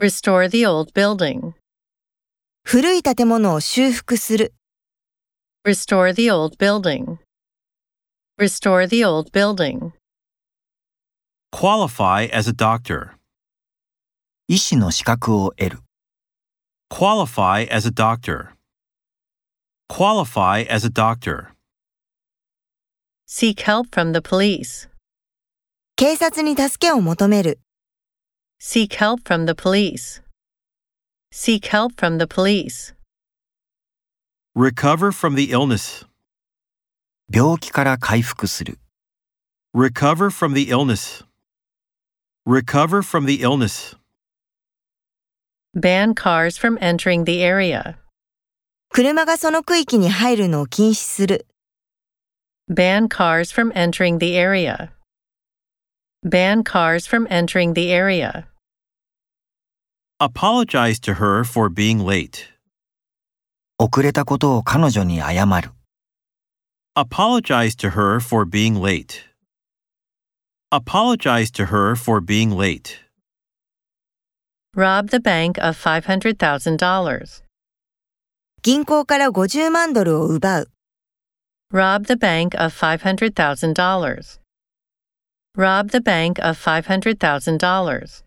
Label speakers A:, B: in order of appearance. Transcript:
A: Restore the old building.
B: 古い建物を修復する。
A: Restore the old building. Restore the old building.
C: Qualify as a doctor.
D: 医師の資格を得る。
C: Qualify as a doctor. Qualify as a doctor.
A: Seek help from the police.
B: 警察に助けを求める。
A: Seek help from the police. Seek help from the police.
C: Recover from the illness.
D: 病気から回復する。
C: Recover from the illness. Recover from the illness.
A: Ban cars from entering the area.
B: 車がその区域に入るのを禁止する。
A: Ban cars from entering the area. Ban cars from entering the area.
C: Apologize to her for being late.
D: 遅れたことを彼女に謝る。
C: Apologize to her for being late. Apologize to her for being late.
A: Rob the bank of $500,000.
B: 銀行から50万ドルを奪う。
A: Rob the bank of $500,000. Rob the bank of $500,000.